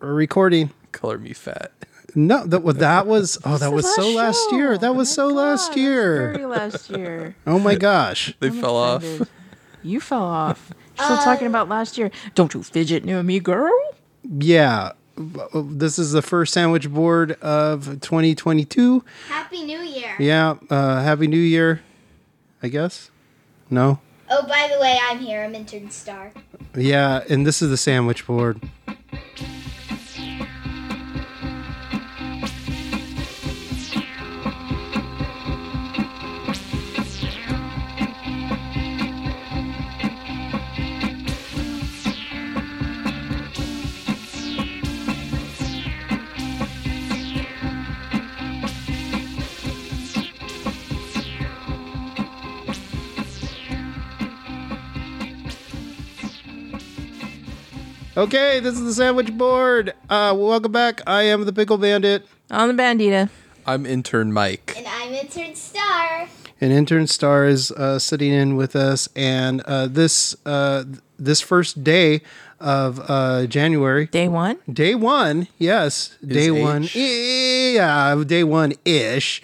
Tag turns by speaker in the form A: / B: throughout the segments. A: We're recording.
B: Color me fat.
A: No, that was that was oh that
C: the
A: was so
C: last
A: last
C: show.
A: year. That
C: Oh
A: was
C: my
A: so
C: God,
A: last
C: that's
A: year.
C: Very last year.
A: Oh my gosh.
B: They
C: I'm
B: fell off.
C: offended. You fell off. You're
D: Uh,
C: Still talking about last year. Don't you fidget near me, girl.
A: Yeah. This is the first sandwich board of 2022.
E: Happy New Year.
A: Yeah, uh happy new year. I guess. No.
E: Oh, by the way, I'm here. I'm intern star.
A: Yeah, and this is the sandwich board. Okay, this is the sandwich board. Uh welcome back. I am the pickle bandit.
C: On the bandita.
B: I'm intern Mike.
E: And I'm intern star.
A: an intern star is uh, sitting in with us and uh, this uh, th- this first day of uh, january
C: Day one.
A: day one yes day
B: Is
A: one
B: H.
A: yeah day one ish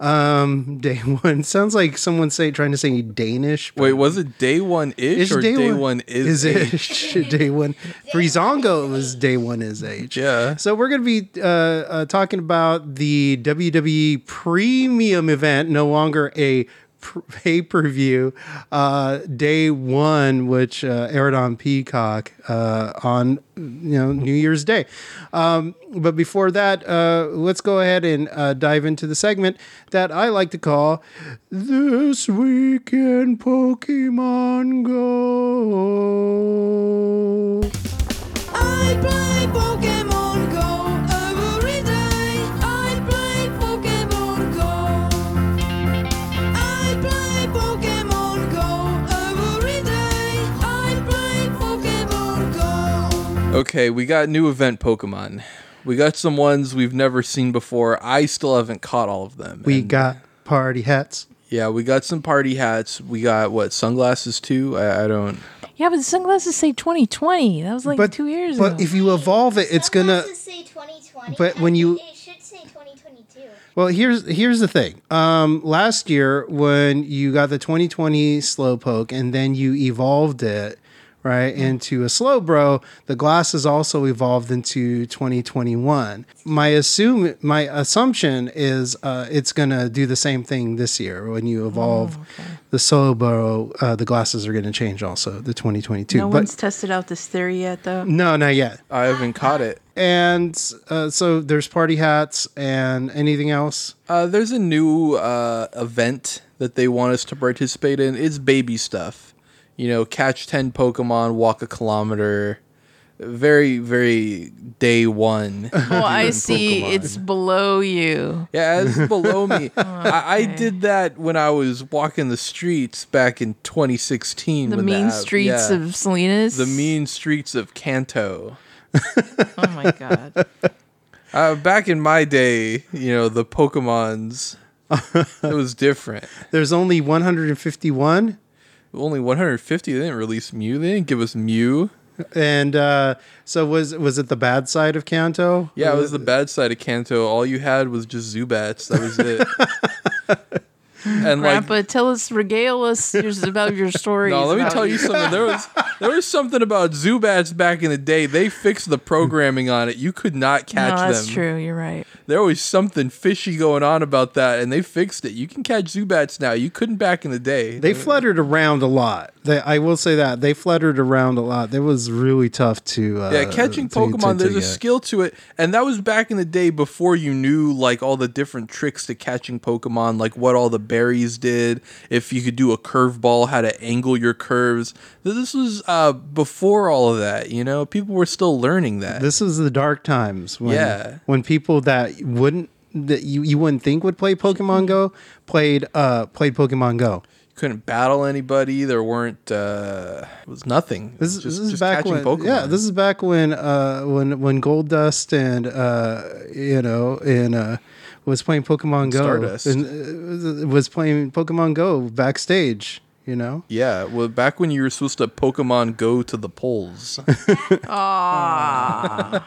A: um day one sounds like someone say trying to say danish but
B: Wait, was it day one ish
A: it's
B: or day, one,
A: is
B: is, ish?
A: ish day one for Zongo it was day one is age
B: Yeah.
A: so we're going to be uh, uh, talking about the WWE Premium event, no longer a pay per view, uh, day one, which uh, aired on Peacock uh, on you know New Year's Day. Um, but before that, uh, let's go ahead and uh, dive into the segment that I like to call "This Week in Pokemon Go."
D: I play Pokemon Go every day. I play Pokemon Go. I play Pokemon Go every day. I play Pokemon Go.
B: Okay, we got new event Pokemon. We got some ones we've never seen before. I still haven't caught all of them.
A: We
B: And,
A: got party hats.
B: yeah, we got some party hats. We got what sunglasses too. I, I don't.
C: Yeah, but the sunglasses say 2020. That was like
A: but
C: two years
A: but
C: ago.
A: if you evolve it it's gonna
E: Sunglasses say 2020.
A: but
E: I
A: when
E: think
A: you-
E: it should say 2022.
A: well here's here's the thing um last year when you got the 2020 slowpoke and then you evolved it right into a slow bro the glasses also evolved into 2021 my assume my assumption is uh it's gonna do the same thing this year when you evolve
C: Oh,
A: the slow bro uh the glasses are gonna change also the 2022
C: no
A: but
C: one's tested out this theory yet, though.
A: no not yet
B: I haven't caught it.
A: and uh, so there's party hats and anything else.
B: Uh, there's a new uh, event that they want us to participate in. It's baby stuff. You know, catch 10 Pokemon, walk a kilometer. Very, very day one.
C: Well, I
B: Pokemon.
C: see. It's below you.
B: Yeah, it's below me. I, I did that when I was walking the streets back in 2016.
C: The
B: when
C: mean
B: app-
C: streets
B: yeah.
C: of Salinas.
B: The mean streets of Kanto.
C: Oh my God.
B: Uh, back in my day, you know, the Pokemons, it was different.
A: There's only 151,
B: Only 150. They didn't release Mew. They didn't give us Mew.
A: and uh, so was was it the bad side of Kanto?
B: Yeah, it was the bad side of Kanto. All you had was just Zubats. That was it. and
C: Grandpa,
B: like,
C: tell us, regale us yours- about your stories.
B: no, let me
C: about
B: tell you something. There was there was something about Zubats back in the day. They fixed the programming on it. You could not
C: No,
B: catch
C: that's
B: them.
C: true. You're right.
B: There was something fishy going on about that, and they fixed it. You can catch Zubats now. You couldn't back in the day.
A: They fluttered around a lot. They, I will say that they fluttered around a lot. That was really tough to uh,
B: Yeah, catching
A: to- to-
B: Pokemon,
A: to
B: there's a
A: get.
B: skill to it. And that was back in the day before you knew like all the different tricks to catching Pokemon, like what all the berries did, if you could do a curveball, how to angle your curves. Th- This was uh, before all of that, you know? People were still learning that.
A: This was the dark times when
B: Yeah.
A: when people that wouldn't that you, you wouldn't think would play Pokemon Go played uh played Pokemon Go.
B: you couldn't battle anybody. There weren't, uh, it was nothing. It
A: This,
B: was
A: is this is back when yeah, this is back when uh when when Gold Dust and uh you know and uh was playing Pokemon Go
B: Stardust.
A: and uh, was playing Pokemon Go backstage, you know.
B: yeah, well, back when you were supposed to Pokemon go to the polls.
C: Ah.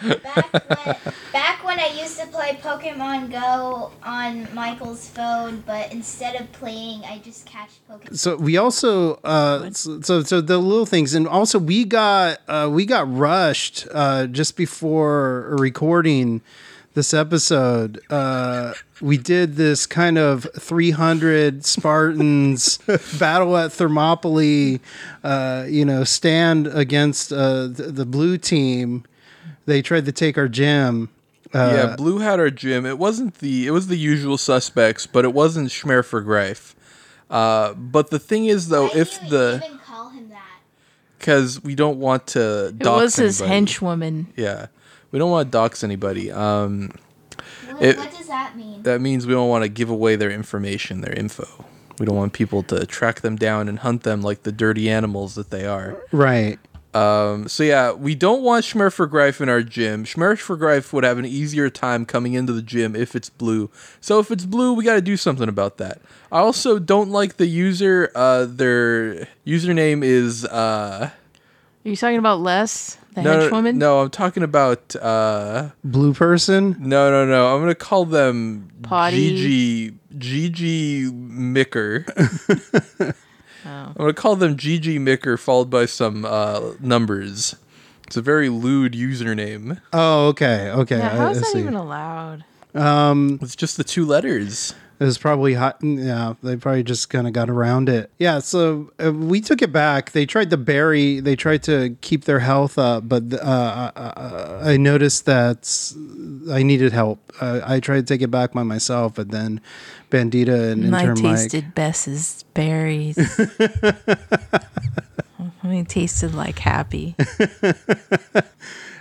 E: Back when, back when I used to play Pokemon Go on Michael's phone, but instead of playing, I just catch Pokemon.
A: so we also uh so, so so the little things and also we got uh we got rushed uh just before recording this episode uh we did this kind of 300 spartans battle at thermopylae uh you know stand against uh the, the blue team they tried to take our gym
B: yeah, Blue had our gym. It wasn't the it was the usual suspects, but it wasn't Schmer for Greif. Uh, but the thing is though,
E: Why do
B: if
E: you
B: the
E: even call him that?
B: because we don't want to
C: It
B: dox
C: was his
B: anybody.
C: henchwoman.
B: Yeah, we don't want to dox anybody. Um,
E: What,
B: It-
E: what does that mean?
B: that means we don't want to give away their information, their info. We don't want people to track them down and hunt them like the dirty animals that they are.
A: right
B: So yeah, we don't want Schmerf for Greif in our gym. Schmerf for Greif would have an easier time coming into the gym if it's blue. So if it's blue, we got to do something about that. I also don't like the user. Uh, their username is uh,
C: Are you talking about Les, the
B: no, no,
C: henchwoman?
B: no. I'm talking about uh,
A: blue person
B: no, no, no. I'm gonna call them
C: Potty.
B: Gigi Gigi Micker.
C: Oh.
B: I'm gonna call them Gigi Micker followed by some uh, numbers. It's a very lewd username.
A: oh okay okay
C: Yeah,
A: I-
C: how is
A: I
C: that
A: see.
C: even allowed?
B: It's just the two letters.
A: It was probably hot. Yeah, they probably just kind of got around it. Yeah, so uh, we took it back. They tried to bury. They tried to keep their health up, but uh, I- I I noticed that I needed help. Uh, I tried to take it back by myself, but then Bandita and
C: And I
A: intern Mike.
C: tasted Bess's berries. I mean, it tasted like happy.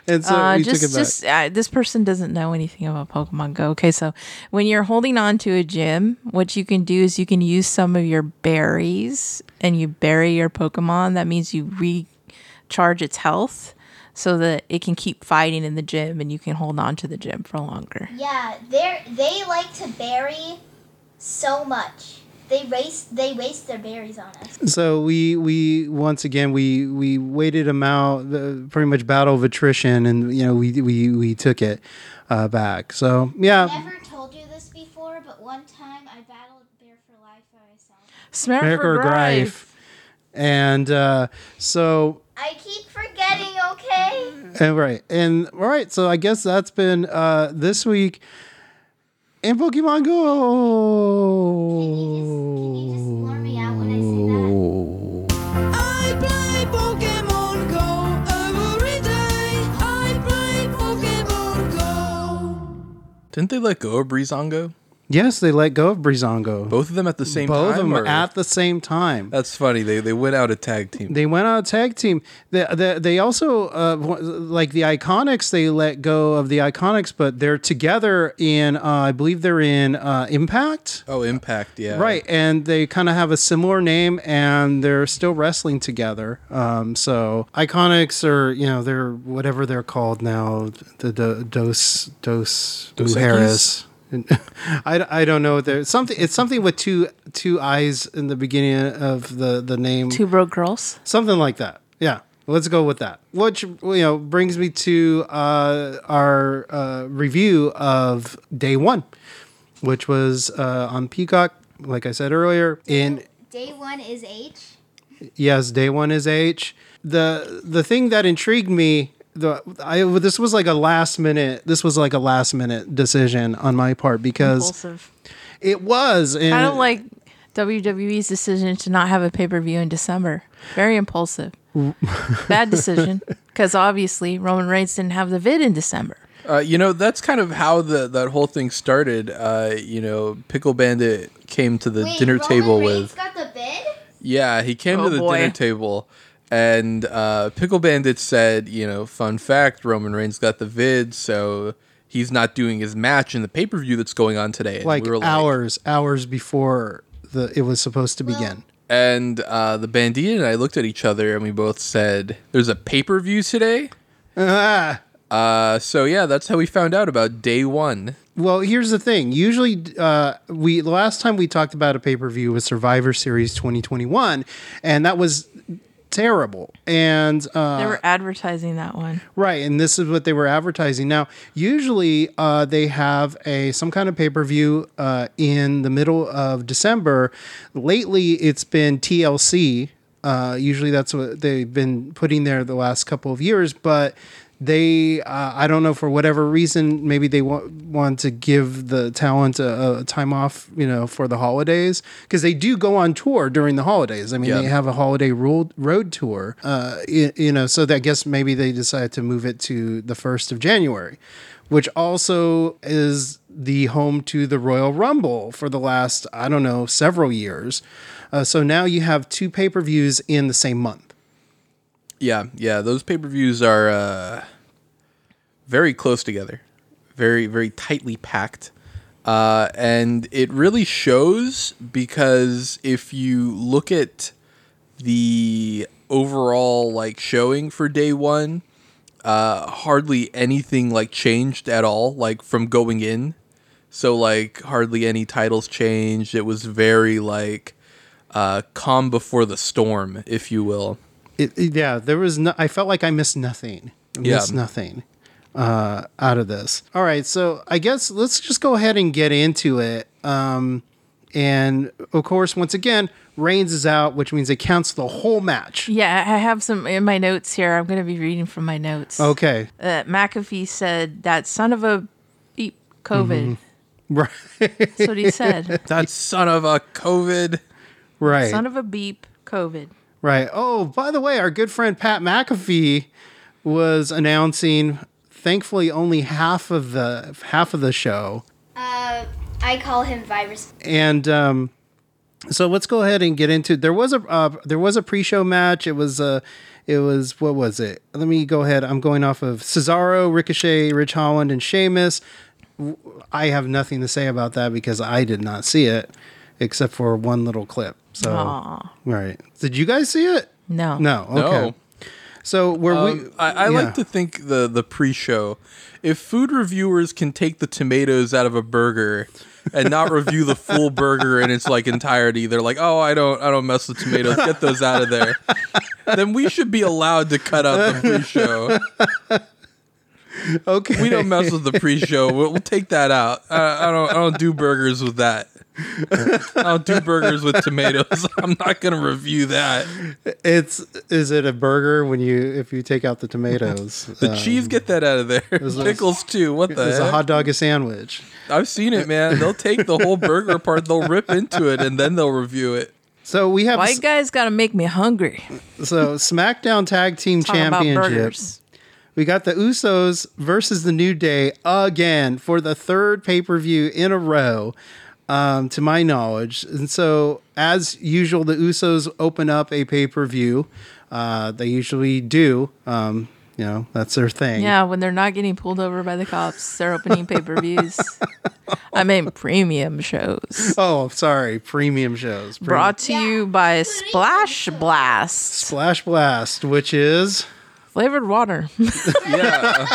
A: and so
C: uh,
A: we
C: just,
A: took it back.
C: just uh, this person doesn't know anything about Pokemon Go. Okay, so when you're holding on to a gym, what you can do is you can use some of your berries and you bury your Pokemon. That means you recharge its health so that it can keep fighting in the gym and you can hold on to the gym for longer.
E: Yeah, they they like to bury so much. They waste they waste their berries on us.
A: so we we once again we we waited them out uh, pretty much battle of attrition and you know we we we took it uh, back so yeah
E: Never told you this before, but one time I battled Bear for Life by myself.
C: Smack
A: America
C: or
A: or
C: Grife.
A: Grife. And uh, so,
E: I keep forgetting, okay?
A: and right, and all right. So I guess that's been uh, this week in Pokemon
E: Can you just, can you just
A: Go.
E: blur me out when I say that?
D: I play Pokemon Go every day. I play Pokemon Go.
B: Didn't they let go of Brizongo?
A: Yes, they let go of Brizongo.
B: Both of them at the same
A: Both of
B: time.
A: them
B: or-
A: at the same time.
B: That's funny. They they went out a tag team.
A: They went on a tag team. They, they, they also uh, w- like the Iconics. They let go of the Iconics, but they're together in. Uh, I believe they're in uh, Impact.
B: oh, Impact. Yeah.
A: Right, and they kind of have a similar name, and they're still wrestling together. Um, so Iconics are, you know, they're whatever they're called now. The, the Dos Dos,
B: Dos
A: Mujeres. I, I don't know what they're something. It's something with two two eyes in the beginning of the the name
C: Two Broke Girls.
A: something like that. Yeah, let's go with that. Which you know brings me to uh, our uh, review of day one, which was uh, on Peacock. Like I said earlier, in
E: Day one is H.
A: yes, day one is H. The the thing that intrigued me, the I this was like a last minute. This was like a last minute decision on my part because
C: Impulsive.
A: it was. And
C: I don't like WWE's decision to not have a pay per view in December. Very impulsive. Bad decision because obviously Roman Reigns didn't have the vid in December.
B: Uh, you know, that's kind of how the that whole thing started. Uh, you know, Pickle Bandit came to the
E: Wait,
B: dinner
E: Roman
B: table
E: Reigns
B: with.
E: got the bid?
B: Yeah, he came
C: Oh,
B: to the
C: boy.
B: dinner table, and uh, Pickle Bandit said, you know, fun fact: Roman Reigns got the vid, so he's not doing his match in the pay per view that's going on today. And
A: like
B: we were
A: hours hours before the it was supposed to begin.
B: and uh, the Bandit and I looked at each other, and we both said, "There's a pay per view today."
A: Ah.
B: Uh, so yeah, that's how we found out about day one.
A: Well, here's the thing. Usually, uh, we the last time we talked about a pay per view was Survivor Series 2021, and that was terrible. And uh,
C: They were advertising that one.
A: Right, and this is what they were advertising. Now, usually uh, they have a some kind of pay per view uh, in the middle of December. Lately, it's been TLC. Uh, usually, that's what they've been putting there the last couple of years. But they, uh, I don't know for whatever reason, maybe they want want to give the talent a, a time off, you know, for the holidays because they do go on tour during the holidays. I mean,
B: Yeah.
A: they have have a holiday road road tour. Uh, you, you know, so that I guess maybe they decided to move it to the first of January, which also is the home to the Royal Rumble for the last I don't know several years. Uh, so now you have two pay per views in the same month.
B: Yeah, yeah. Those pay per views are uh, very close together, very, very tightly packed. Uh, and it really shows because if you look at the overall like showing for day one, uh, hardly anything like changed at all, like from going in. So like hardly any titles changed. It was very like uh, calm before the storm, if you will.
A: It, it- yeah, there was no. I felt like I missed nothing. I
B: Yeah.
A: missed nothing uh, out of this. All right, so I guess let's just go ahead and get into it. Um, and of course, once again, Reigns is out, which means it counts the whole match.
C: Yeah, I have some in my notes here. I'm going to be reading from my notes.
A: Okay,
C: Uh, McAfee said that son of a beep COVID.
A: Mm-hmm. right,
C: That's what he said.
B: That son of a COVID.
A: right,
C: son of a beep COVID.
A: right. Oh, by the way, our good friend Pat McAfee was announcing. Thankfully, only half of the half of the show.
E: Uh, I call him Virus.
A: and um, so let's go ahead and get into. There was a uh, there was a pre-show match. It was uh, it was what was it? Let me go ahead. I'm going off of Cesaro, Ricochet, Rich Holland, and Sheamus. W- I have nothing to say about that because I did not see it, except for one little clip. So,
C: Aw.
A: right? Did you guys see it?
C: No.
A: No. Okay.
B: No.
A: So were we?
B: Um, I, I
A: yeah.
B: like to think the the pre-show. If food reviewers can take the tomatoes out of a burger and not review the full burger in its like entirety, they're like, "Oh, I don't, I don't mess with tomatoes. Get those out of there." then we should be allowed to cut out the pre-show.
A: Okay.
B: We don't mess with the pre-show. We'll, we'll take that out. I, I don't, I don't do burgers with that. I don't do burgers with tomatoes. I'm not gonna review that.
A: It's is it a burger when you if you take out the tomatoes?
B: The cheese, get that out of there.
A: a-
B: Pickles too. What the?
A: Is a
B: heck?
A: hot dog a sandwich?
B: I've seen it, man. They'll take the whole burger part, they'll rip into it, and then they'll review it.
A: So we have
C: White guys got to make me hungry.
A: So SmackDown Tag Team
C: Talking about
A: Championships.
C: burgers.
A: We got the Usos versus the New Day again for the third pay per view in a row, um, to my knowledge. And so, as usual, the Usos open up a pay per view. Uh, they usually do. Um, you know, that's their thing.
C: Yeah, when they're not getting pulled over by the cops, they're opening pay per views. I mean, premium shows.
A: Oh, sorry. Premium shows. Pre-
C: Brought to you by Splash Blast.
A: Splash Blast, which is.
C: Flavored water.
B: Yeah.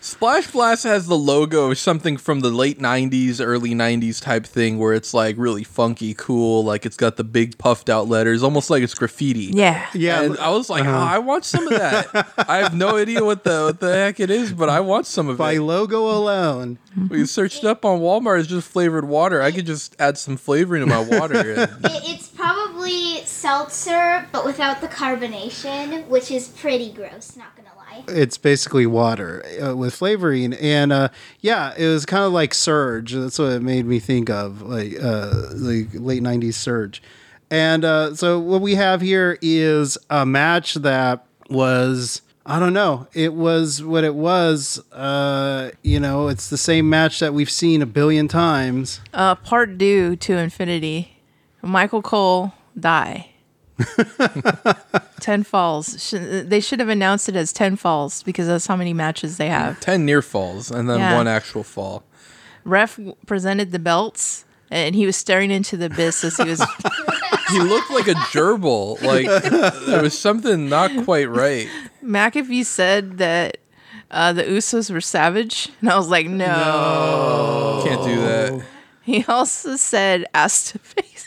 B: Splash Blast has the logo of something from the late 90s, early 90s type thing where it's like really funky, cool. Like it's got the big puffed out letters, almost like it's graffiti.
C: yeah.
A: Yeah. Uh-huh.
B: And I was like, oh, I want some of that. I have no idea what the what the heck it is, but I want some of
A: by
B: it.
A: logo alone.
B: We searched it up on Walmart. It's just flavored water. I could just add some flavor to my water. and-
E: It, it's probably seltzer, but without the carbonation, which is pretty gross. Not gonna lie.
A: it's basically water uh, with flavoring and uh yeah it was kind of like surge that's what it made me think of like uh like late 90s surge and uh so what we have here is a match that was i don't know it was what it was uh you know it's the same match that we've seen a billion times
C: Uh, part due to infinity. Michael Cole die. ten falls. Sh- They should have announced it as ten falls because that's how many matches they have.
B: 10 near falls and then
C: Yeah.
B: one actual fall.
C: Ref w- presented the belts, and he was staring into the abyss as he was
B: He looked like a gerbil. Like there was something not quite right.
C: McAfee said that uh, the Usos were savage, and I was like, no.
B: Can't do that.
C: He also said ass to face.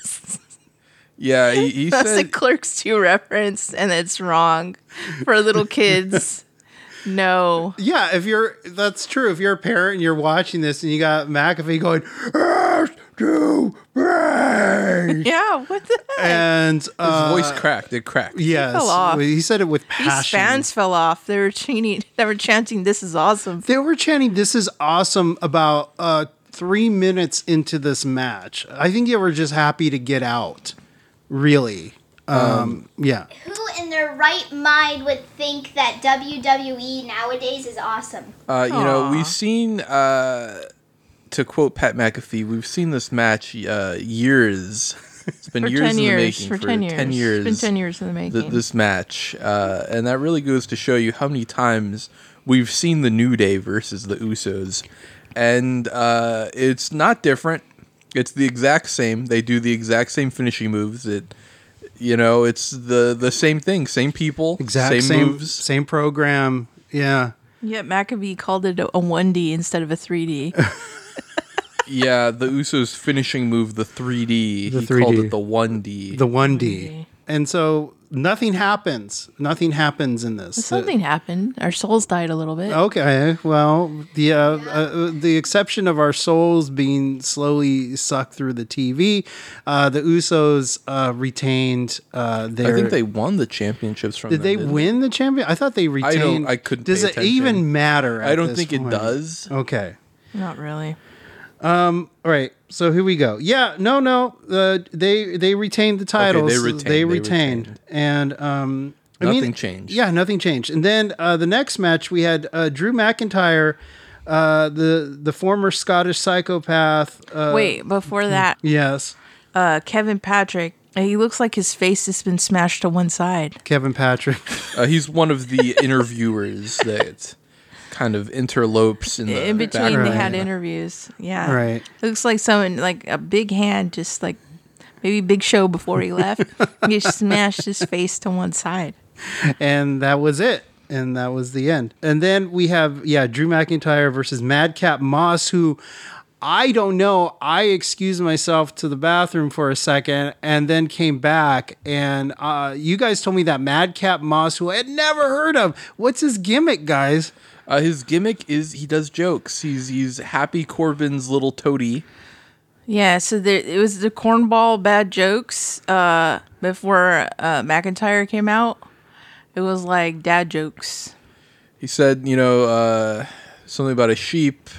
B: Yeah, he, he
C: That's a
B: said
C: Clerks 2 reference, and it's wrong for little kids. No.
A: Yeah, if you're that's true. If you're a parent and you're watching this and you got McAfee going, "Earth to Grace,"
C: Yeah, what the heck?
A: and uh,
B: his voice cracked. It cracked.
A: yes,
C: fell off.
A: he said it with passion.
C: These fans fell off. They were chanting. They were chanting, "This is awesome."
A: They were chanting, "This is awesome!" About uh, three minutes into this match, I think they were just happy to get out. Really, um, yeah.
E: Who in their right mind would think that WWE nowadays is awesome?
B: Uh, you know,
C: Aw.
B: we've seen, uh, to quote Pat McAfee, we've seen this match uh, years. It's been
C: For
B: years in
C: ten
B: the
C: years.
B: making.
C: for ten years.
B: years.
C: It's been ten years in the making.
B: th- this match, uh, and that really goes to show you how many times we've seen the New Day versus the Usos, and uh, it's not different. It's the exact same. They do the exact same finishing moves. It, you know, it's the the same thing. Same people.
A: Exact
B: Same,
A: same
B: moves.
A: same program. Yeah.
C: Yet McAfee called it a one D instead of a three D.
B: yeah, the Usos finishing move, the 3D.
A: The
B: he called
A: 3D.
B: it the 1D.
A: the 1D. And so nothing happens. Nothing happens in this.
C: Something happened. Our souls died a little bit.
B: Oh.
A: Okay, well, the uh, uh, the exception of our souls being slowly sucked through the TV, uh, the Usos uh, retained uh, their.
B: I think they won the championships from
A: did
B: them,
A: they
B: didn't
A: win the champion? I thought they
B: don't-
A: retained.
B: I couldn't
A: Does
B: pay
A: it even
B: attention.
A: matter?
B: I
A: at
B: don't
A: this
B: think
A: point?
B: it does.
A: Okay.
C: Not really.
A: All right, so here we go. Yeah, no, no, uh, they they retained the titles.
B: they retained,
A: They
B: they
A: retained,
B: retained.
A: and um, I mean,
B: Nothing changed.
A: Yeah, nothing changed. And then uh, the next match, we had uh, Drew McIntyre, uh, the the former Scottish psychopath. Uh,
C: Wait,
B: Hmm.
C: before that,
A: yes,
C: uh, Kevin Patrick. uh, He looks like his face has been smashed to one side.
A: Kevin Patrick.
B: Uh, he's one of the interviewers that kind of interlopes in the
C: In between,
B: background.
C: they had
A: Right.
C: interviews. Yeah,
A: Right.
C: Looks like someone like a big hand, just like maybe Big Show before he left. he smashed his face to one side.
A: and that was it. And that was the end. And then we have, yeah, Drew McIntyre versus Madcap Moss, who I don't know. I excused myself to the bathroom for a second and then came back. And uh, you guys told me that Madcap Moss, who I had never heard of, what's his gimmick, guys?
B: Uh, his gimmick is he does jokes. He's he's Happy Corbin's little toady.
C: Yeah, so there it was the cornball bad jokes uh, before uh, McIntyre came out. It was like dad jokes.
B: He said, you know, uh, something about a sheep.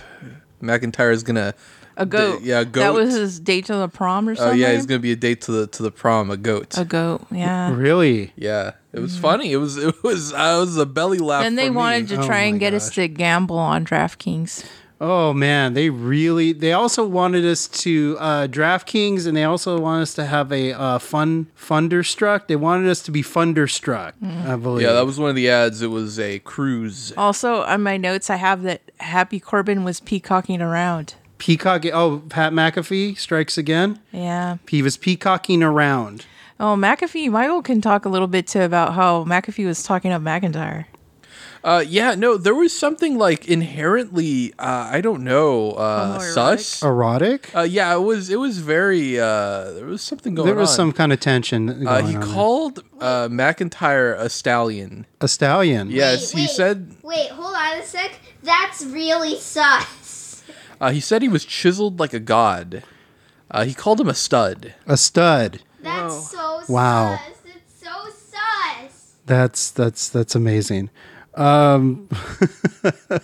B: McIntyre's gonna.
C: A goat.
B: yeah, a
C: That
B: goat.
C: was his date to the prom or
B: Oh
C: something.
B: yeah, he's gonna be a date to the to the prom. A goat.
C: a goat. Yeah.
A: Really?
B: yeah, it was funny. It was it was uh, it was a belly laugh.
C: And they
B: for me.
C: wanted to
A: Oh my
C: try and get us to gamble on DraftKings.
A: Oh, man. They really, they also wanted us to uh, DraftKings and they also want us to have a uh, fun, Funderstruck. They wanted us to be Funderstruck, I believe.
B: Yeah, that was one of the ads. It was a cruise.
C: Also, on my notes, I have that Happy Corbin was peacocking around.
A: Peacock. Oh, Pat McAfee strikes again.
C: Yeah.
A: He was peacocking around.
C: Oh, McAfee. Michael can talk a little bit too about how McAfee was talking up McIntyre.
B: Uh, yeah, no, there was something like inherently, uh, I don't know, uh,
C: Homoerotic?
B: sus.
A: Erotic.
B: Uh, yeah, it was. It was very. Uh, there was something going on.
A: there was some kind of tension. Going
B: Uh, he
A: on there.
B: called uh, McIntyre a stallion.
A: a stallion.
B: Yes, he said.
E: Wait, hold on a sec. That's really sus.
B: Uh, he said he was chiseled like a god. Uh, he called him a stud.
A: a stud.
E: That's so
A: Wow.
E: sus. It's so sus.
A: That's that's that's amazing. Um,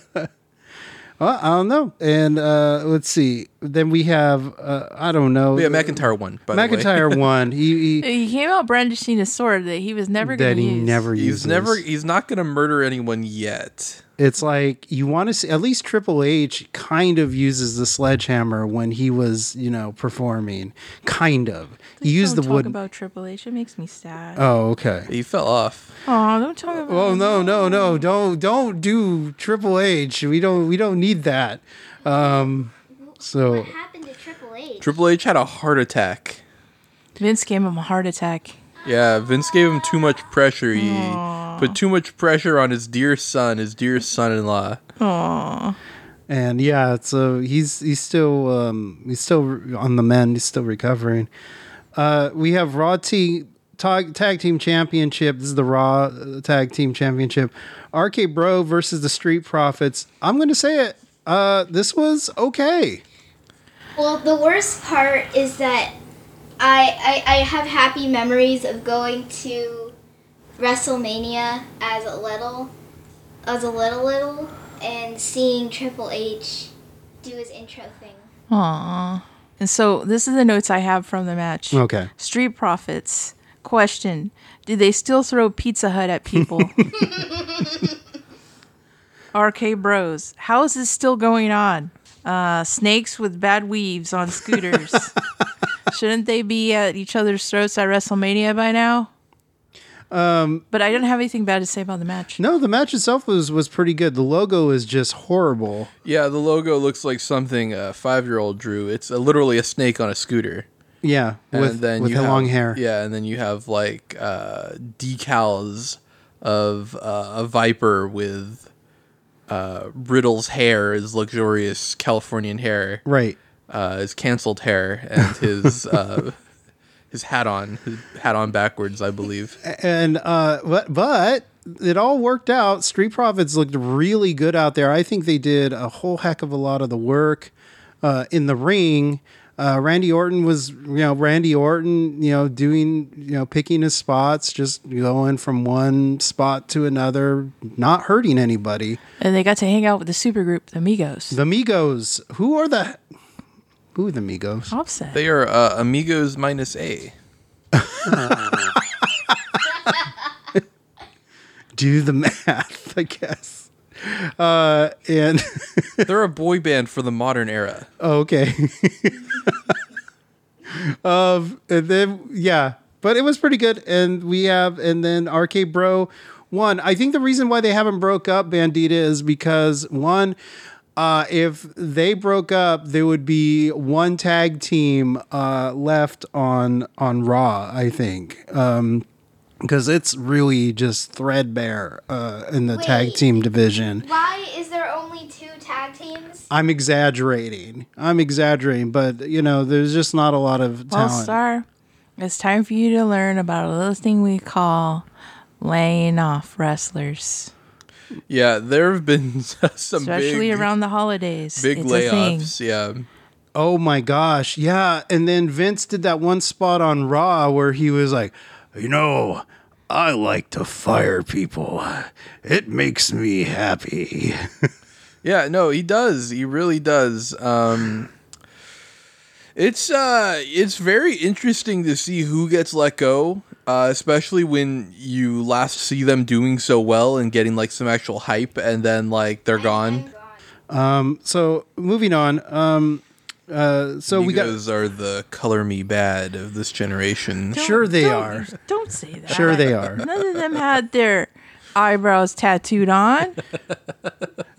A: well, I don't know. And uh, let's see. Then we have uh, I don't know.
B: But yeah, McIntyre won. By the way.
A: McIntyre won. He, he
C: He came out brandishing a sword that he was never going
A: that
C: to
A: he
C: use.
A: never uses.
B: He's never. He's not gonna murder anyone yet.
A: It's like you want to see at least Triple H kind of uses the sledgehammer when he was, you know, performing. Kind of. He used
C: don't
A: the
C: talk
A: wood.
C: about Triple H. It makes me sad.
A: oh, okay.
B: He fell off.
C: oh, don't talk about.
A: Oh no, no, no. Don't don't do Triple H. We don't we don't need that. Um so
E: What happened to Triple H?
B: Triple H had a heart attack.
C: Vince gave him a heart attack.
B: Yeah, Vince gave him too much pressure. He put too much pressure on his dear son, his dear son-in-law.
A: and yeah, so he's he's still um he's still on the mend, he's still recovering. Uh, we have Raw Team Tag, tag Team Championship. This is the Raw uh, Tag Team Championship. RK Bro versus the Street Profits. I'm going to say it. Uh, this was okay.
E: Well, the worst part is that I, I I have happy memories of going to WrestleMania as a little, as a little little, and seeing Triple H do his intro thing.
C: Aww. And so this is the notes I have from the match.
A: Okay.
C: Street Profits. Question Do they still throw Pizza Hut at people? RK Bros. How is this still going on? Uh, snakes with bad weaves on scooters. Shouldn't they be at each other's throats at WrestleMania by now? Um, but I don't have anything bad to say about the match.
A: No, the match itself was was pretty good. The logo is just horrible.
B: Yeah, the logo looks like something a five year old drew. It's a, literally a snake on a scooter.
A: Yeah,
B: And
A: with
B: then
A: with
B: you
A: the
B: have-
A: long hair.
B: Yeah, and then you have like uh, decals of uh, a viper with uh, Riddle's hair, his luxurious Californian hair,
A: Right.
B: uh, his canceled hair, and his uh, his hat on, his hat on backwards, I believe.
A: and uh but but it all worked out street profits looked really good out there i think they did a whole heck of a lot of the work uh in the ring uh randy orton was you know randy orton you know doing you know picking his spots just going from one spot to another not hurting anybody
C: And they got to hang out with the supergroup, the Migos.
A: the migos who are the who are the migos
C: Offset.
B: They are uh, amigos minus a.
A: do the math i guess uh and
B: They're a boy band for the modern era.
A: Oh, okay. um, and then yeah, but it was pretty good. And we have and then RK Bro one. I think the reason why they haven't broke up Bandita is because one, uh, if they broke up, there would be one tag team uh, left on on Raw. I think. Um, because it's really just threadbare uh, in the tag
E: Wait.
A: team division.
E: Why is there only two tag teams?
A: I'm exaggerating. I'm exaggerating, but you know, there's just not a lot of
C: Well,
A: talent.
C: Star, it's time for you to learn about a little thing we call laying off wrestlers,
B: Yeah, there have been some
C: especially
B: big,
C: around the holidays.
B: big
C: it's a thing.
B: layoffs. Yeah.
A: Oh my gosh. Yeah. And then Vince did that one spot on Raw where he was like, you know, I like to fire people. It makes me happy.
B: Yeah, no, he does. He really does. Um It's uh it's very interesting to see who gets let go, uh, especially when you last see them doing so well and getting like some actual hype and then like they're gone.
A: So moving on. Um uh so we got
B: Migos are the color me bad of this generation.
C: Don't-
A: Sure they
C: don't-
A: are.
C: Don't say that.
A: sure they are.
C: None of them had their eyebrows tattooed on.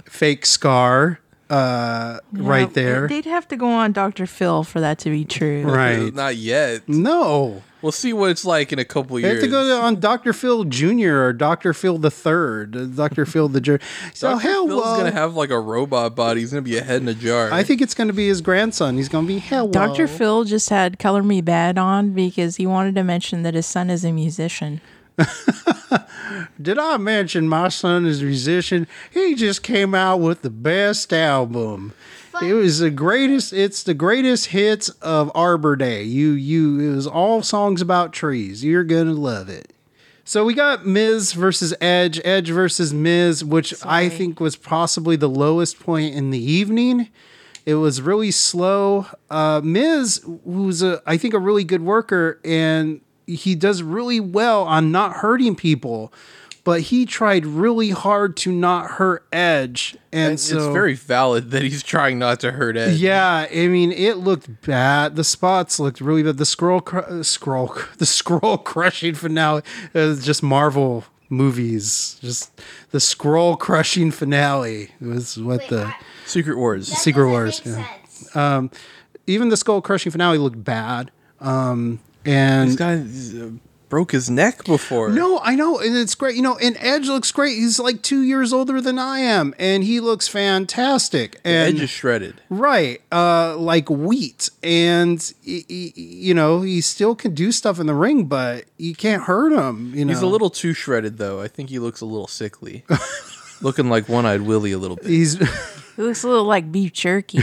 A: Fake scar uh right there.
C: They'd have to go on Dr. Phil for that to be true.
A: Right.
B: Not yet.
A: No.
B: We'll see what it's like in a couple
A: They have
B: years.
A: to go to- on Dr. Phil Jr. or Dr. Phil the Third, Dr. Phil the Jr. So
B: Dr.
A: hello.
B: Phil's gonna have like a robot body. He's gonna be a head in a jar.
A: uh, I think it's going to be his grandson. He's going to be hello.
C: Dr. Phil just had Color Me Bad on because he wanted to mention that his son is a musician.
A: Did I mention my son is a musician? He just came out with the best album. It was the greatest. It's the greatest hits of Arbor Day. You you. It was all songs about trees. You're gonna love it. So we got Miz versus Edge, Edge versus Miz, which I
C: Sorry.
A: think was possibly the lowest point in the evening. It was really slow. Uh, Miz, who's a, I think a really good worker, and he does really well on not hurting people, but he tried really hard to not hurt Edge, and,
B: it's
A: so
B: very valid that he's trying not to hurt Ed.
A: yeah, I mean, it looked bad. The spots looked really bad. The scroll, cr- uh, scroll, cr- the scroll crushing finale is just Marvel movies. Just the scroll crushing finale was what
E: Wait,
A: the
E: I-
B: Secret Wars.
E: that
A: Secret
E: doesn't
A: Wars,
E: Make
A: yeah.
E: sense.
A: even the skull crushing finale looked bad. Um, and
B: This guy, these, uh, broke his neck before.
A: No, I know, and it's great. You know, and Edge looks great. He's like two years older than I am, and he looks fantastic. And
B: Edge is shredded.
A: right, uh, like wheat. And y- y- you know, he still can do stuff in the ring, but you can't hurt him. You know,
B: He's a little too shredded though. I think he looks a little sickly, looking like one-eyed Willie a little bit.
A: He's
C: It looks a little like beef jerky,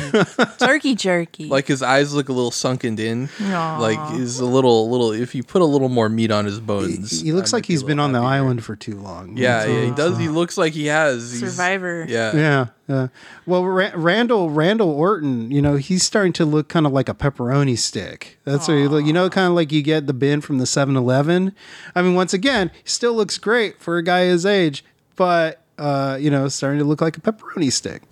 C: turkey jerky.
B: Like his eyes look a little sunken in.
C: Aw.
B: Like he's a little, little. If you put a little more meat on his bones,
A: he looks
B: I
A: like
B: might be a
A: he's been
B: little
A: on the
B: happier.
A: island for too long.
B: Yeah, yeah, he does. He looks like he has He's-
C: Survivor.
B: Yeah,
A: Yeah, yeah. Well, Ra- Randall Randall Orton, you know, he's starting to look kind of like a pepperoni stick. That's what he look. You know, kind of like you get the bin from the 7-Eleven. I mean, once again, he still looks great for a guy his age, but uh, you know, starting to look like a pepperoni stick.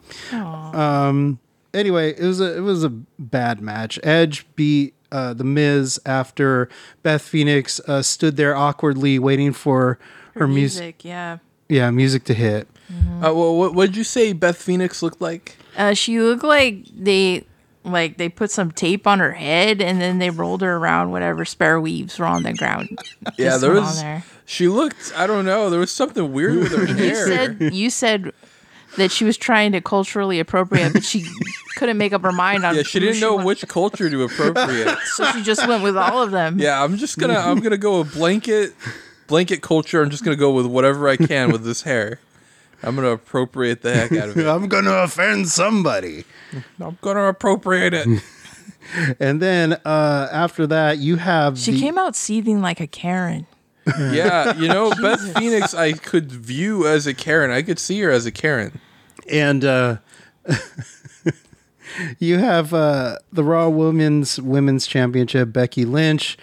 A: Um, Anyway, it was a it was a bad match. Edge beat uh, the Miz after Beth Phoenix uh, stood there awkwardly waiting for her, music.
C: music, yeah.
A: Yeah, music to hit.
B: Uh, well, what would you say Beth Phoenix looked like?
C: Uh, she looked like they like they put some tape on her head and then they rolled her around whatever spare weaves were on the ground.
B: Yeah,
C: Just
B: there
C: went
B: was.
C: on there.
B: She looked. I don't know. There was something weird with her
C: You
B: hair.
C: said you said that she was trying to culturally appropriate, but she couldn't make up her mind on.
B: yeah, she
C: who
B: didn't know
C: wa-
B: which culture to appropriate.
C: so she just went with all of them.
B: yeah, I'm just gonna. I'm gonna go with blanket, blanket culture. I'm just gonna go with whatever I can with this hair. I'm gonna appropriate the heck out of it.
A: I'm gonna offend somebody.
B: I'm gonna appropriate it.
A: And then uh, after that, you have
C: She
A: the-
C: came out seething like a Karen.
B: Yeah, you know, Beth Phoenix, I could view as a Karen. I could see her as a Karen.
A: and uh, you have uh, the Raw Women's Women's Championship. Becky Lynch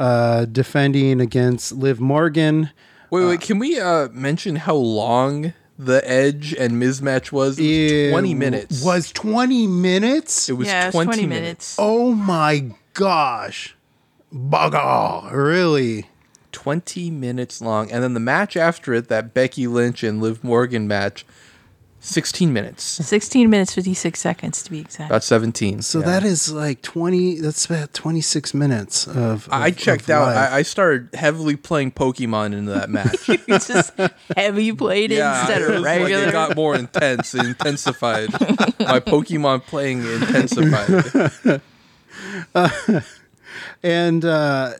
A: uh, defending against Liv Morgan.
B: Wait, wait, can we uh, mention how long the Edge and mismatch was? It
A: It
B: was 20 minutes.
A: was twenty minutes.
B: it was
C: yeah, it was
B: 20,
C: 20
B: minutes.
C: minutes.
A: oh my gosh, bugger! Really?
B: 20 minutes long. And then the match after it, that Becky Lynch and Liv Morgan match, 16 minutes.
C: 16 minutes 56 seconds to be exact.
B: About 17.
A: So
B: yeah.
A: that is like twenty. That's about twenty six minutes of.
B: I I
A: of-
B: checked
A: of
B: out.
A: live.
B: I, I started heavily playing Pokemon into that match.
C: You just heavy played it instead
B: it was
C: of
B: like
C: regular.
B: it got more intense, it intensified. My Pokemon playing intensified.
A: And uh,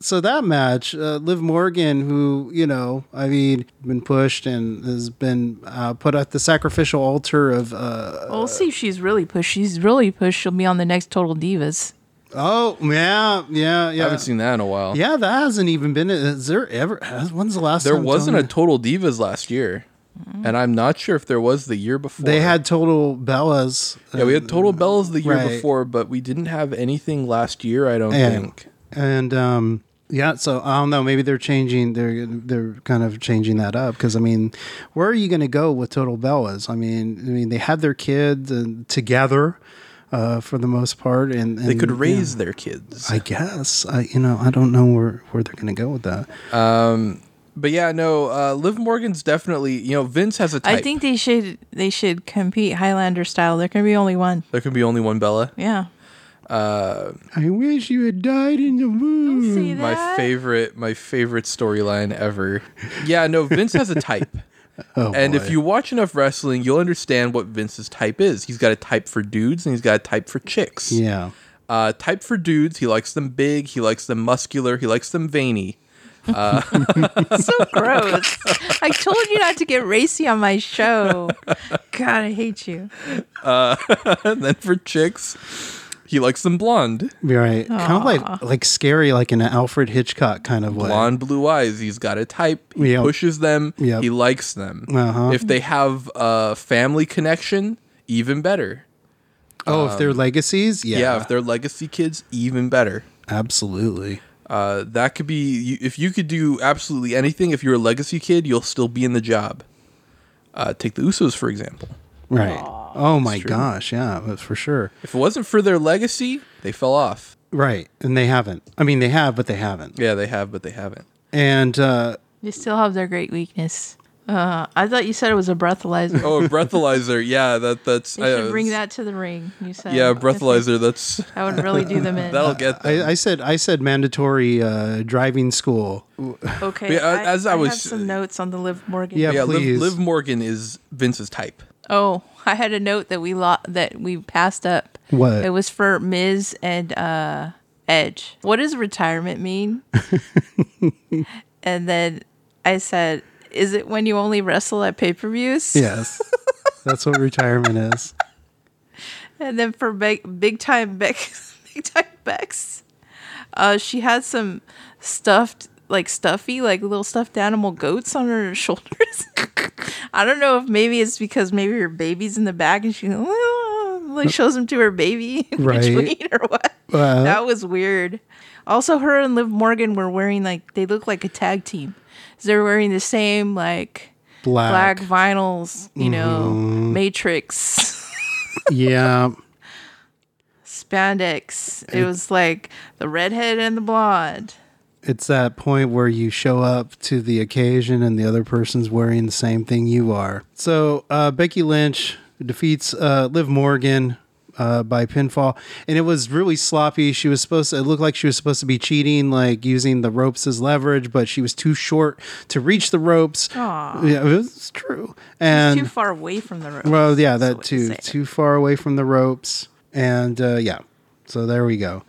A: so that match, uh, Liv Morgan, who, you know, I mean, been pushed and has been uh, put at the sacrificial altar of, uh,
C: we'll see if she's really pushed. She's really pushed. She'll be on the next Total Divas.
A: oh, yeah, yeah,
B: I
A: yeah.
B: haven't seen that in a while.
A: Yeah, that hasn't even been. Is there ever? has- When's the last
B: there
A: time
B: wasn't a
A: Donna-
B: Total Divas last year,
C: Mm-hmm.
B: and I'm not sure if there was the year before.
A: They had total Bellas. uh,
B: yeah, we had Total Bellas the year
A: Right.
B: before, but we didn't have anything last year. I don't
A: Yeah.
B: think.
A: and um yeah so i don't know maybe they're changing they're they're kind of changing that up because i mean where are you going to go with total bellas i mean i mean they had their kids and together uh for the most part and,
B: They could
A: and,
B: raise their kids,
A: yeah, i guess i you know i don't know where where they're going to go with that
B: but yeah, no. Uh, Liv Morgan's definitely. You know, Vince has a type.
C: I think they should they should compete Highlander style. There can be only one.
B: there could be only one Bella.
C: Yeah.
A: i wish you had died in the womb
C: See
B: My favorite, my favorite storyline ever. Yeah, no. Vince has a type.
A: oh,
B: And
A: boy.
B: if you watch enough wrestling, you'll understand what Vince's type is. He's got a type for dudes and he's got a type for chicks.
A: yeah
B: Uh, type for dudes, he likes them big, he likes them muscular, he likes them veiny.
C: so gross. I told you not to get racy on my show. God, I hate you.
B: And then for chicks, he likes them blonde.
A: right kind of like like scary like in an alfred hitchcock kind of way
B: Blonde, blue eyes. He's got a type. He
A: Yep.
B: pushes them.
A: Yep.
B: He likes them.
A: Uh-huh.
B: If they have a family connection, even better.
A: oh if they're legacies yeah,
B: um, Yeah. if they're legacy kids, even better.
A: absolutely
B: Uh, that could be you, if you could do absolutely anything. If you're a legacy kid, you'll still be in the job. Uh, take the Usos for example.
A: Right. oh my gosh, yeah, that's for sure.
B: If it wasn't for their legacy, they fell off.
A: Right. And they haven't. I mean, they have, but they haven't.
B: Yeah, they have, but they haven't.
A: And uh
C: They still have their great weakness. Uh, I thought you said it was a breathalyzer.
B: Oh, a breathalyzer. Yeah, that that's.
C: You
B: I-
C: should bring
B: it's-
C: that to the ring. You said.
B: Yeah, breathalyzer. That's
C: That would really do them in.
B: that'll get. Them.
A: I, I said I said mandatory uh, driving school.
C: okay.
B: Yeah,
C: I,
B: as I
C: I have
B: was-
C: some notes on the Liv Morgan.
A: Yeah.
B: yeah, Liv,
A: please.
B: Liv Morgan is Vince's type.
C: Oh, I had a note that we lo- that we passed up.
A: What?
C: It was for Miz and uh, Edge. What does retirement mean? and then I said, "Is it when you only wrestle at pay per views?"
A: Yes, that's what retirement is.
C: And then for big, big time Beck, big time Bex, uh, she had some stuffed, like stuffy, like little stuffed animal goats on her shoulders. I don't know if maybe it's because maybe her baby's in the back and she like shows them to her baby
A: Right.
C: between or what.
A: Uh,
C: that was weird. Also, her and Liv Morgan were wearing like they look like a tag team. So They're wearing the same like black,
A: Black.
C: vinyls, you know, Matrix.
A: Yeah.
C: spandex. It was like the redhead and the blonde.
A: It's that point where you show up to the occasion and the other person's wearing the same thing you are. So uh, Becky Lynch defeats uh, Liv Morgan uh, by pinfall, and it was really sloppy. She was supposed to, it looked like she was supposed to be cheating, like using the ropes as leverage, but she was too short to reach the ropes. Yeah, it was true. And
C: Too far away from the room.
A: well, yeah,
C: is
A: that
C: what you
A: too.
C: say.
A: Too far away from the ropes. And uh, yeah, so there we go.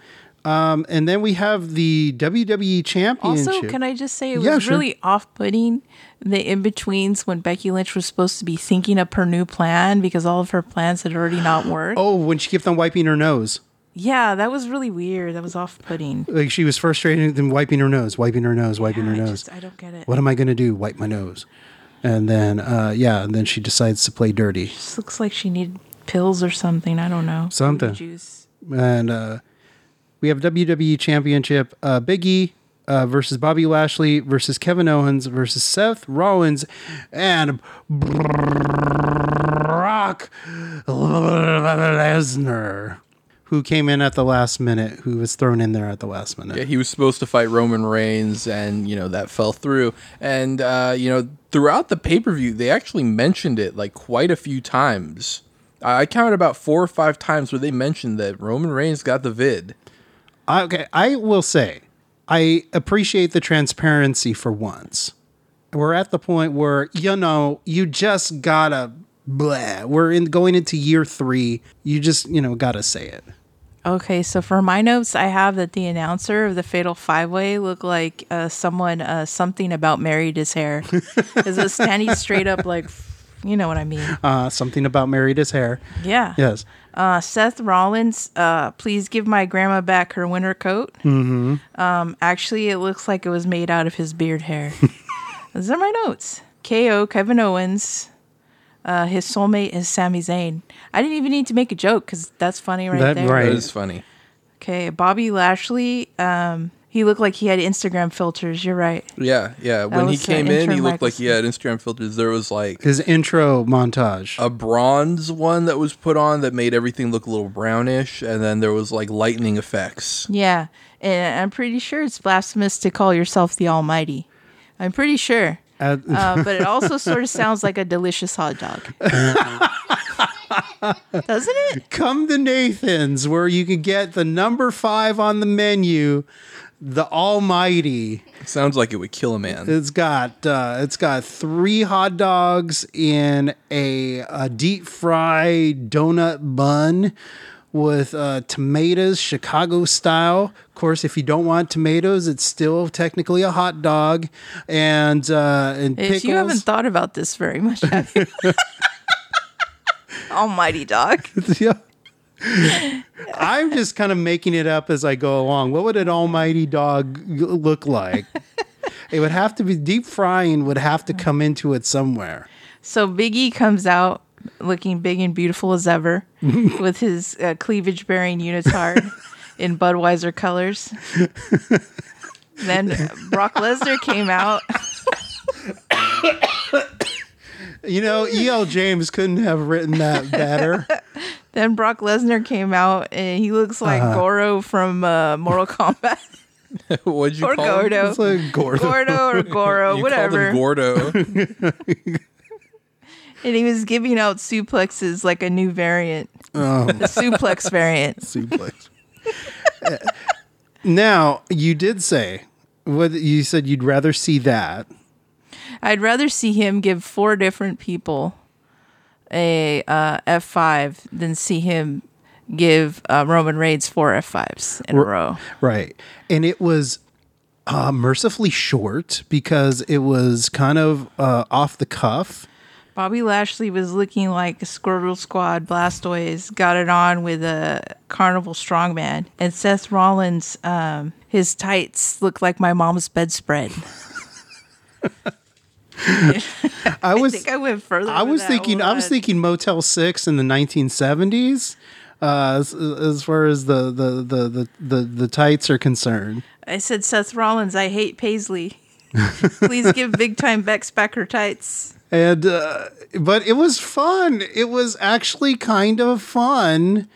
A: Um, and then we have the WWE Championship.
C: Also, can I just say it was
A: Yeah, sure.
C: really off putting the in betweens when Becky Lynch was supposed to be thinking up her new plan because all of her plans had already not worked.
A: Oh, when she kept on wiping her nose.
C: Yeah, that was really weird. That was off putting.
A: Like she was frustrated and wiping her nose, wiping her nose, wiping her
C: I
A: nose.
C: just I don't get it.
A: what am I going to do? Wipe my nose. And then, uh, yeah, and then she decides to play dirty.
C: Just looks like she needed pills or something. I don't know.
A: Something.
C: Fruit Juice.
A: and uh, we have WWE Championship uh, Big E uh, versus Bobby Lashley versus Kevin Owens versus Seth Rollins and Brock Lesnar, who came in at the last minute, who was thrown in there at the last minute.
B: Yeah, he was supposed to fight Roman Reigns, and you know that fell through. And uh, you know, throughout the pay per view, they actually mentioned it like quite a few times. I I counted about four or five times where they mentioned that Roman Reigns got the vid.
A: I- okay, I will say, I appreciate the transparency for once. We're at the point where you know you just gotta. Blah. We're in going into year three. You just you know gotta say it.
C: Okay, so for my notes, I have that the announcer of the Fatal Five Way looked like uh, someone uh, something about married his hair. Is it standing straight up like, you know what I mean?
A: Uh, something about married his hair.
C: Yeah.
A: Yes.
C: Uh, Seth Rollins, uh, please give my grandma back her winter coat. Mm-hmm. Um, actually, it looks like it was made out of his beard hair. Those are my notes. KO Kevin Owens. Uh, his soulmate is Sami Zayn. I didn't even need to make a joke because that's funny right
A: That-
C: there.
A: right.
B: That is funny.
C: Okay, Bobby Lashley. Um, he looked like he had Instagram filters. You're right.
B: Yeah, yeah. When he
C: was the
B: came in,
C: intern
B: he looked like
C: Michaels.
B: he had Instagram filters. There was like
A: His intro montage.
B: a bronze one that was put on that made everything look a little brownish, and then there was like lightning effects.
C: Yeah, and I'm pretty sure it's blasphemous to call yourself the Almighty. I'm pretty sure,
A: Uh,
C: uh, but it also sort of sounds like a delicious hot dog, doesn't it?
A: Come to Nathan's, where you can get the number five on the menu, the Almighty.
B: sounds like it would kill a man.
A: It's got uh, it's got three hot dogs in a, a deep fried donut bun with uh, tomatoes, Chicago style. Of course, if you don't want tomatoes, it's still technically a hot dog, and uh, and
C: If
A: pickles.
C: you haven't thought about this very much, have you? Almighty dog.
A: yeah. I'm just kind of making it up as I go along. What would an almighty dog g- look like? it would have to be deep frying would have to come into it somewhere.
C: So Biggie comes out looking big and beautiful as ever with his uh, cleavage bearing unitard in Budweiser colors. then Brock Lesnar came out.
A: You know, E.L. James couldn't have written that better.
C: Then Brock Lesnar came out and he looks like Goro from uh, Mortal Kombat.
B: What'd you
C: or
B: call him?
C: Gordo.
A: It's like Gordo.
C: Gordo or Goro,
B: You
C: whatever.
B: called him Gordo.
C: and he was giving out suplexes like a new variant. The suplex variant.
A: suplex. now you did say what you said. You'd rather see that.
C: I'd rather see him give four different people a uh, F5 than see him give uh, Roman Reigns four F5s in a row.
A: Right. And it was uh, mercifully short because it was kind of uh, off the cuff.
C: Bobby Lashley was looking like a Squirtle Squad Blastoise got it on with a Carnival Strongman, and Seth Rollins, um, his tights looked like my mom's bedspread.
A: I
C: I
A: was
C: think I went further.
A: I
C: with
A: was
C: that
A: thinking I was
C: one.
A: thinking Motel Six in the 1970s. Uh, as, as far as the the, the, the, the the tights are concerned,
C: I said Seth Rollins. I hate Paisley. Please give big time Bex back her tights.
A: and uh, but it was fun. It was actually kind of fun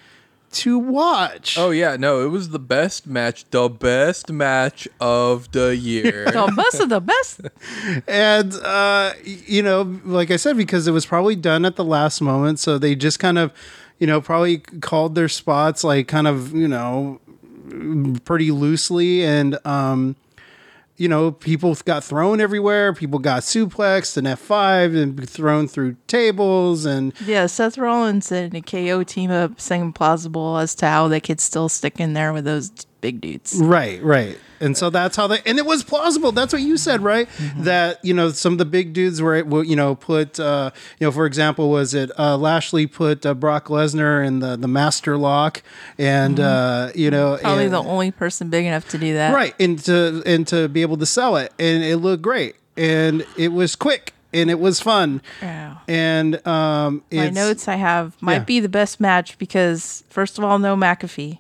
A: to watch.
B: oh yeah, no, it was the best match, the best match of the year.
C: The best of the best.
A: and uh, y- you know, like I said, because it was probably done at the last moment, so they just kind of, you know, probably called their spots like kind of, you know, pretty loosely, and um, you know, people got thrown everywhere. People got suplexed and F five and thrown through tables, and
C: Yeah, Seth Rollins and a KO team up seemed plausible as to how they could still stick in there with those big dudes.
A: Right, right. And so that's how they, and it was plausible. That's what you said, right?
C: Mm-hmm.
A: That, you know, some of the big dudes were, were, you know, put, uh, you know, for example, was it uh, Lashley put uh, Brock Lesnar in the, the master lock and, uh, you know,
C: Mm-hmm. Probably
A: and-
C: the only person big enough to do that.
A: right. And to, and to be able to sell it. And it looked great. And it was quick and it was fun.
C: Yeah.
A: And, um,
C: My
A: it's-
C: notes I have might
A: yeah.
C: be the best match because first of all, no McAfee.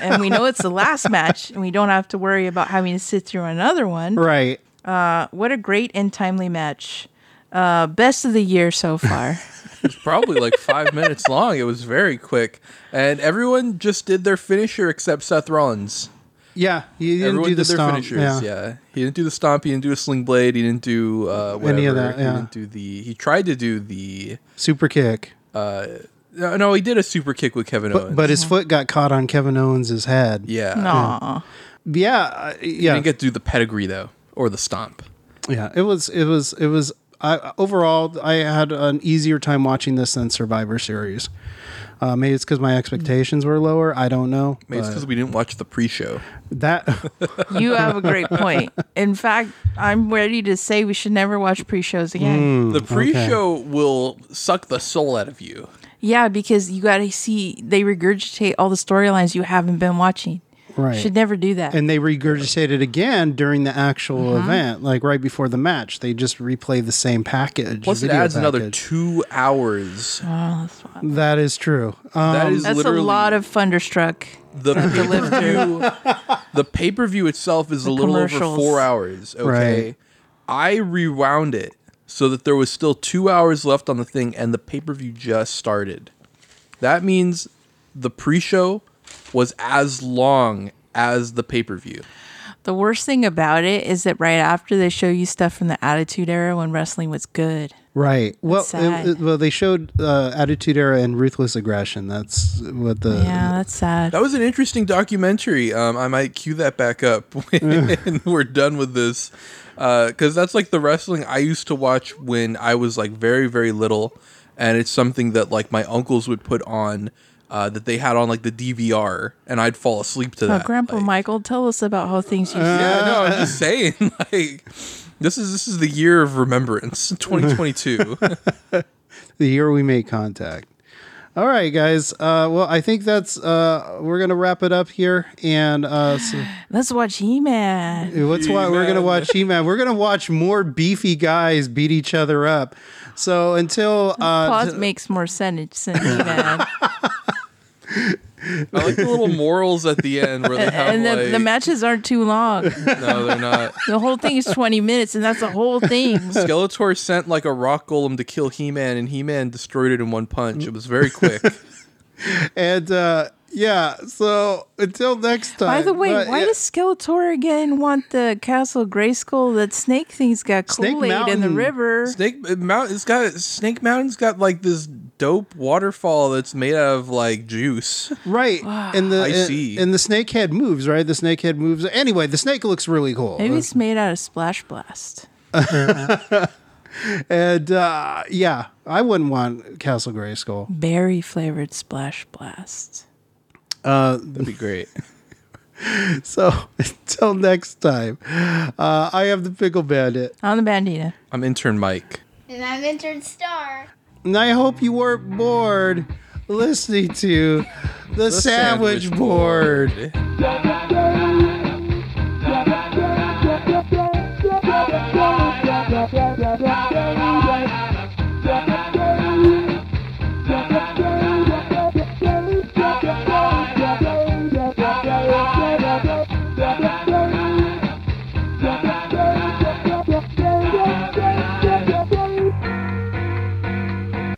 C: and we know it's the last match and we don't have to worry about having to sit through another one.
A: right.
C: Uh, what a great and timely match. Uh, best of the year so far.
B: It's probably like five minutes long. It was very quick, and everyone just did their finisher except Seth Rollins.
A: Yeah. You didn't
B: everyone
A: do the
B: did their
A: stomp.
B: finishers. Yeah. he didn't do the stomp. He didn't do a sling blade. He didn't do uh, whatever.
A: Any of that, yeah.
B: He didn't do the. He tried to do the. uh,
A: Super kick.
B: No, no, he did a super kick with Kevin Owens.
A: But, but his foot got caught on Kevin Owens' head.
B: yeah,
C: Aw.
A: yeah uh, yeah
B: didn't get to do the pedigree though, or the stomp.
A: yeah it was it was it was I, overall i had an easier time watching this than survivor series uh, maybe it's because my expectations were lower i don't know
B: Maybe it's
A: but
B: because we didn't watch the pre-show.
A: that
C: You have a great point. In fact, I'm ready to say we should never watch pre shows
A: Mm.
C: again.
B: the pre-show will suck the soul out of you.
C: Yeah, because you got to see, they regurgitate all the storylines you haven't been watching.
A: Right.
C: Should never do that.
A: and they regurgitated again during the actual
C: Mm-hmm.
A: event like right before the match they just replay the same package
B: Plus, it
A: video
B: adds another
A: package.
B: two hours.
A: that is true um,
B: that is
C: That's
B: literally
C: a lot of Thunderstruck.
B: the pay-per-view. the pay-per-view itself is a little over
C: commercials.
B: four hours. Okay,
A: Right.
B: I rewound it so that there was still two hours left on the thing, and the pay-per-view just started. That means the pre-show was as long as the pay-per-view.
C: The worst thing about it is that right after they show you stuff from the Attitude Era when wrestling was good.
A: right well
C: sad.
A: it- it- well they showed uh, attitude era and ruthless aggression that's what the
C: Yeah, that's sad.
B: That was an interesting documentary. Um, I might cue that back up when we're done with this, because that's like the wrestling I used to watch when I was like very very little, and it's something that like my uncles would put on uh, that they had on like the DVR, and I'd fall asleep to
C: Oh,
B: that.
C: Grandpa
B: like- Uh,
C: Michael, tell us about how things used to
B: yeah, no, I'm just saying. Like, this is this is the year of remembrance, 2022.
A: the year we made contact. All right, guys. Uh, well, I think that's uh, we're gonna wrap it up here, and uh, so,
C: Let's watch He Man.
A: what's why we're gonna watch He Man. We're gonna watch more beefy guys beat each other up. So until uh,
C: Pause makes more sense than He Man.
B: I like the little morals at the end where they have
C: and the,
B: like,
C: the matches aren't too long.
B: no, they're not.
C: The whole thing is 20 minutes, and that's the whole thing.
B: Skeletor sent like a rock golem to kill He Man, and He Man destroyed it in one punch. It was very quick.
A: and uh, yeah. So until next time.
C: By the way,
A: but
C: why
A: yeah,
C: does Skeletor again want the Castle Grayskull that Snake thing's got
A: Snake
C: Kool Aid in the
A: Mountain.
C: river?
B: Snake Mountain. It's got Snake Mountain's got like this dope waterfall that's made out of like juice.
A: right? And the
B: I
A: and-
B: see.
A: And the snake head moves, right? The snake head moves. Anyway, the snake looks really cool.
C: Maybe it's made out of splash blast.
A: And uh, yeah, I wouldn't want Castle Grayskull.
C: Berry flavored splash blast.
B: That'd be great.
A: So until next time, uh, I have the Pickle Bandit,
C: On the bandina.
B: I'm intern Mike.
E: And I'm intern star.
A: and I hope you weren't bored listening to the, sandwich, board.
F: Da da da da